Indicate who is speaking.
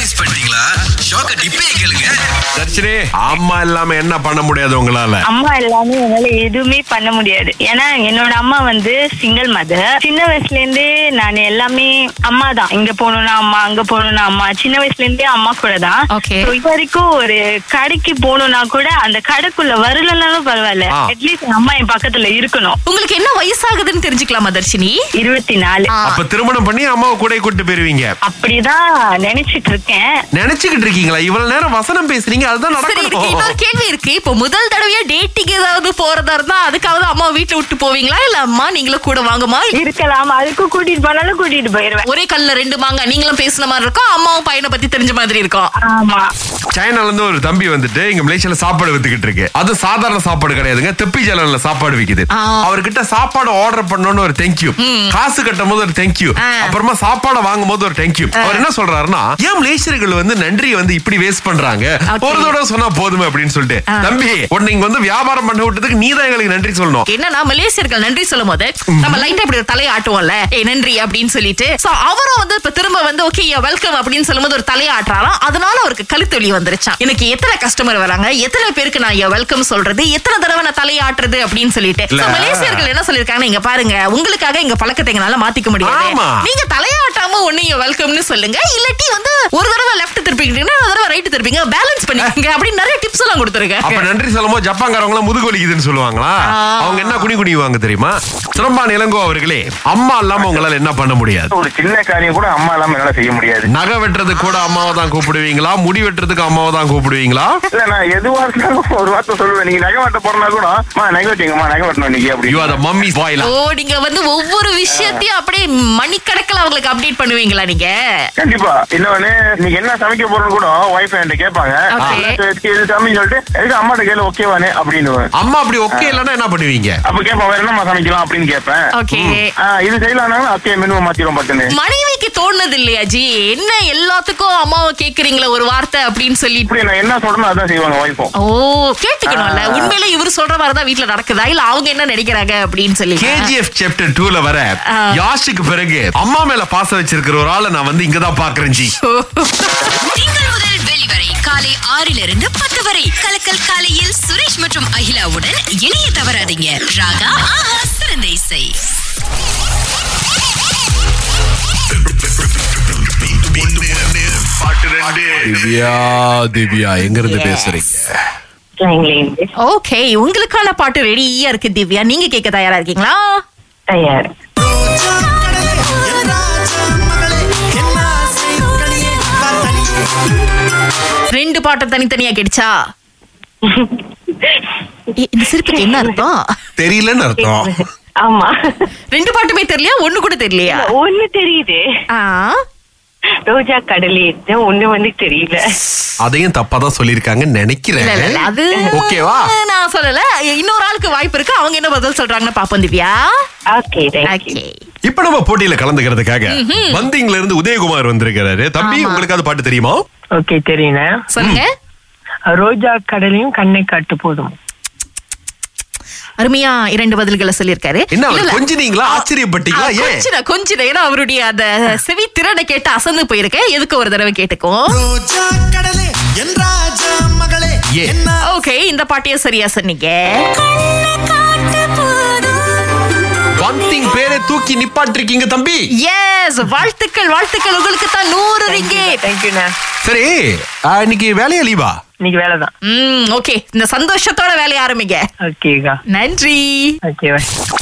Speaker 1: Miss பண்ணிட்டீங்களா ஷாக்க டிப்பே கேளுங்க
Speaker 2: தர்ஷினி அம்மா இல்லாம என்ன பண்ண முடியாது உங்களால
Speaker 3: அம்மா எல்லாமே என்னால எதுவுமே பண்ண முடியாது ஏன்னா என்னோட அம்மா வந்து சிங்கிள் மதர் சின்ன வயசுல இருந்தே நான் எல்லாமே அம்மா தான் இங்க போகணும்னா அம்மா அங்க போகணும்னா அம்மா சின்ன வயசுல இருந்தே அம்மா கூட தான்
Speaker 4: Okay.
Speaker 3: So, இது வரைக்கும் ஒரு கடைக்கு போகணும்னா கூட அந்த கடைக்குள்ள வரலனாலும் பரவாயில்ல
Speaker 2: ஆ.
Speaker 3: அட்லீஸ்ட் அம்மா என் பக்கத்துல இருக்கணும்
Speaker 4: உங்களுக்கு என்ன வயசாகுதுன்னு தெரிஞ்சுக்கலாமா தர்ஷினி
Speaker 3: இருபத்தி நாலு
Speaker 4: ஆ.
Speaker 2: அப்ப திருமணம் பண்ணி அம்மாவை கூட கூட்டு போயிருவீங்க
Speaker 3: அப்படிதான் நினைச்சிட்டு இருக்கேன்
Speaker 2: நினைச்சுக்கிட்டு இருக்கீங்களா இவ்வளவு நேரம் வசனம் பேசுறீங்க அதுதான்
Speaker 4: சரி இதுக்கு இன்னொரு
Speaker 2: நடக்கணும்
Speaker 4: கேள்வி இருக்கு இப்போ முதல் தடவையா டேட்டிங் ஏதாவது போறதா இருந்தா அதுக்காவது அம்மா வீட்டுல விட்டு போவீங்களா இல்ல அம்மா நீங்களும் கூட வாங்கம்மா
Speaker 3: இருக்கலாம் அதுக்கும் கூட்டிட்டு போனாலும் கூட்டிட்டு போயிருவேன்
Speaker 4: ஒரே கல்ல ரெண்டு மாங்க நீங்களும் பேசுன மாதிரி இருக்கும் அம்மாவும் பையனை பத்தி தெரிஞ்ச மாதிரி இருக்கும்
Speaker 3: ஆமா
Speaker 2: சைனால இருந்து ஒரு தம்பி வந்துட்டு இங்க மலேசியால சாப்பாடு வித்துக்கிட்டு இருக்கு அது சாதாரண சாப்பாடு கிடையாதுங்க தெப்பி ஜலன்ல சாப்பாடு விக்குது
Speaker 4: ஆ.
Speaker 2: அவர்கிட்ட சாப்பாடு ஆர்டர் பண்ணணும்னு ஒரு தேங்க்யூ காசு கட்டும் போது ஒரு தேங்க்யூ
Speaker 4: ஆ.
Speaker 2: அப்புறமா சாப்பாடு வாங்கும் போது ஒரு தேங்க்யூ அவர் என்ன சொல்றாருன்னா ஏன் மலேசியர்கள் வந்து நன்றியை வந்து இப்படி வேஸ்ட் பண்றாங்க
Speaker 4: Okay.
Speaker 2: ஒரு தடவை சொன்னா போதுமே அப்படின்னு சொல்லிட்டு
Speaker 4: ஆ.
Speaker 2: தம்பி உன்னை இங்க வந்து வியாபாரம் பண்ண விட்டதுக்கு நீ தான் எங்களுக்கு நன்றி சொல்லணும்
Speaker 4: என்னன்னா மலேசியர்கள் நன்றி சொல்லும் போது நம்ம லைட்டா இப்படி ஒரு தலையை ஆட்டுவோம்ல ஏய் நன்றி அப்படின்னு சொல்லிட்டு சோ அவரும் வந்து இப்ப திரும்ப வந்து ஓகே வெல்கம் அப்படின்னு சொல்லும்போது ஒரு தலையை ஆட்டுறாராம் அதனால அவருக்கு கழுத்து வலி வந்துருச்சாம் எனக்கு எத்தனை கஸ்டமர் வராங்க எத்தனை பேருக்கு நான் வெல்கம் சொல்றது எத்தனை தடவை நான் தலையை ஆட்டுறது அப்படின்னு சொல்லிட்டு
Speaker 2: இல்ல.
Speaker 4: So, மலேசியர்கள் என்ன சொல்லிருக்காங்கன்னா இங்க பாருங்க உங்களுக்காக எங்க பழக்கத்தை எங்களால மாத்திக்க முடியாது
Speaker 2: ஆமா.
Speaker 4: நீங்க தலையாட்டாம ஒண்ணு இங்க வெல்கம்னு சொல்லுங்க இல்லாட்டி வந்து ஒரு தடவை லெஃப்ட் திருப்பிக்கிட்டீங்கன்னா ஒரு தடவை ரைட் திருப்பிங்க பேலன்ஸ் பண்ணிக்கங்க அப்படின்னு நிறைய டிப்ஸ் எல்லாம்
Speaker 2: அப்ப
Speaker 4: கொடுத்துருக்கேன்
Speaker 2: நன்றி சொல்லும் போது ஜப்பான்காரவங்க முதுகு வலிக்குதுன்னு சொல்லுவாங்களா
Speaker 4: ஆ.
Speaker 2: அவங்க என்ன குனி குனிவாங்க தெரியுமா சிறம்பான் இளங்கோ அவர்களே அம்மா இல்லாம உங்களால என்ன பண்ண முடியாது
Speaker 5: ஒரு சின்ன காரியம் கூட அம்மா இல்லாம என்னால செய்ய முடியாது
Speaker 2: நகை வெட்டுறதுக்கு கூட அம்மாவை தான் கூப்பிடுவீங்களா முடி வெட்டுறதுக்கு அம்மாவை தான் கூப்பிடுவீங்களா
Speaker 5: இல்ல நான் எதுவா இருந்தாலும் ஒரு வார்த்தை சொல்லுவேன் நீங்க நகை வெட்ட போறனா கூட அம்மா நகை வெட்டிங்கம்மா நகை வெட்டணும் இன்னைக்கு
Speaker 2: யூ ஆர்
Speaker 5: அப்படி
Speaker 2: த மம்மி பாய்லா
Speaker 4: ஓ நீங்க வந்து ஒவ்வொரு விஷயத்தையும் அப்படியே மணிக்கணக்கில் அவங்களுக்கு அப்டேட் பண்ணுவீங்களா நீங்க
Speaker 5: கண்டிப்பா இன்னொன்னு இன்னைக்கு என்ன சமைக்க போறோம்னு கூட ஒய்ஃப் என்கிட்ட கேட்பாங்க
Speaker 4: Okay.
Speaker 5: "நல்லா சேர்த்து இது சமைன்னு சொல்லிட்டு எதுக்கு அம்மாட்ட கேளு ஓகேவானே அப்படின்னு
Speaker 2: அம்மா அப்படி ஓகே இல்லைன்னா என்ன பண்ணுவீங்க
Speaker 5: அப்ப கேட்பேன் வேற என்னம்மா சமைக்கலாம் அப்படின்னு கேட்பேன்
Speaker 4: ஓகே
Speaker 5: "ஆ, இது செய்யலாம்னாலும் அப்படியே மெனுவை மாத்திரும் பட்டுன்னு
Speaker 4: மனைவிக்கு தோணுது இல்லையா ஜி என்ன எல்லாத்துக்கும் அம்மாவை கேக்குறீங்களா ஒரு வார்த்தை அப்படின்னு சொல்லிட்டு
Speaker 5: இப்படி நான் என்ன சொல்றேனோ அதான் செய்வாங்க ஒய்ஃபும்
Speaker 4: ஓ கேட்டுக்கணும்ல உண்மையில இவர் சொல்ற மாதிரிதான் வீட்டுல நடக்குதா இல்ல அவங்க என்ன நினைக்கிறாங்க அப்படின்னு சொல்லி
Speaker 2: கேஜிஎஃப் சாப்டர் டூல வர
Speaker 4: ஆ.
Speaker 2: யாஷுக்கு பிறகு அம்மா மேல பாசம் வச்சிருக்கிற ஒரு ஆளை நான் வந்து இங்கதான் பாக்குறேன் ஜி
Speaker 6: திங்கள் முதல் வெளிவரை காலை ஆறிலிருந்து பத்து வரை கலக்கல் காலையில் சுரேஷ் மற்றும் அகிலாவுடன் இணைய தவறாதீங்க ராகா ஆஹா சிறந்த இசை
Speaker 2: திவ்யா திவ்யா எங்க இருந்து பேசுறீங்க
Speaker 4: ஓகே உங்களுக்கான பாட்டு ரெடியா இருக்கு திவ்யா நீங்க கேட்க தயாரா இருக்கீங்களா
Speaker 3: தயார்
Speaker 4: ரெண்டு பாட்டை தனித்தனியா கிடைச்சா இந்த சிரிப்புக்கு என்ன அர்த்தம்
Speaker 2: தெரியலன்னு அர்த்தம்
Speaker 3: ஆமா
Speaker 4: ரெண்டு பாட்டுமே தெரியலையா ஒண்ணு கூட தெரியலையா
Speaker 3: ஒண்ணு தெரியுது
Speaker 4: ஆ
Speaker 3: ரோஜா கடலே இருந்தேன் ஒண்ணு வந்து தெரியல
Speaker 2: அதையும் தப்பா தான் சொல்லியிருக்காங்கன்னு
Speaker 4: இல்ல இல்ல இல்ல
Speaker 2: நினைக்கிறேன்
Speaker 4: அது
Speaker 2: ஓகேவா
Speaker 4: நான் சொல்லல இன்னொரு ஆளுக்கு வாய்ப்பு இருக்கு அவங்க என்ன பதில் சொல்றாங்கன்னு பாப்போம் திவ்யா
Speaker 3: ஓகே
Speaker 4: ஓகே
Speaker 2: இப்ப நம்ம போட்டியில கலந்துக்கிறதுக்காக வந்தீங்கல இருந்து உதயகுமார் வந்திருக்கிறாரு தம்பி
Speaker 4: ஆமா.
Speaker 2: உங்களுக்கு அது பாட்டு தெரியுமா
Speaker 7: ஓகே தெரியல
Speaker 4: சொல்லுங்க
Speaker 7: ரோஜா கடலையும் கண்ணை காட்டு போதும் அருமையா
Speaker 4: இரண்டு பதில்களை சொல்லிருக்காரு
Speaker 2: என்ன அவர் கொஞ்சினீங்களா ஆச்சரியப்பட்டீங்களா ஏன்
Speaker 4: கொஞ்சம் கொஞ்சம் ஏன்னா அவருடைய அந்த செவி திறனை கேட்டு அசந்து போயிருக்கேன் எதுக்கு ஒரு தடவை கேட்டுக்கும்
Speaker 8: ரோஜா கடலே என் ராஜா மகளே
Speaker 2: ஏ.
Speaker 8: என்ன
Speaker 4: ஓகே இந்த பாட்டையும் சரியா சொன்னீங்க
Speaker 2: பந்திங் பேரை தூக்கி நிப்பாட்டிருக்கீங்க தம்பி
Speaker 4: எஸ் வாழ்த்துக்கள் வாழ்த்துக்கள் உங்களுக்கு தான் நூறு ரிங்கேட்
Speaker 7: தேங்க்யூண்ணா
Speaker 2: சரி ஆ, இன்னைக்கு வேலையா லீவா
Speaker 7: இன்னைக்கு வேலை தான்
Speaker 4: ம் ஓகே இந்த சந்தோஷத்தோட வேலையை ஆரம்பிங்க
Speaker 7: ஓகேக்கா
Speaker 4: நன்றி
Speaker 7: ஓகே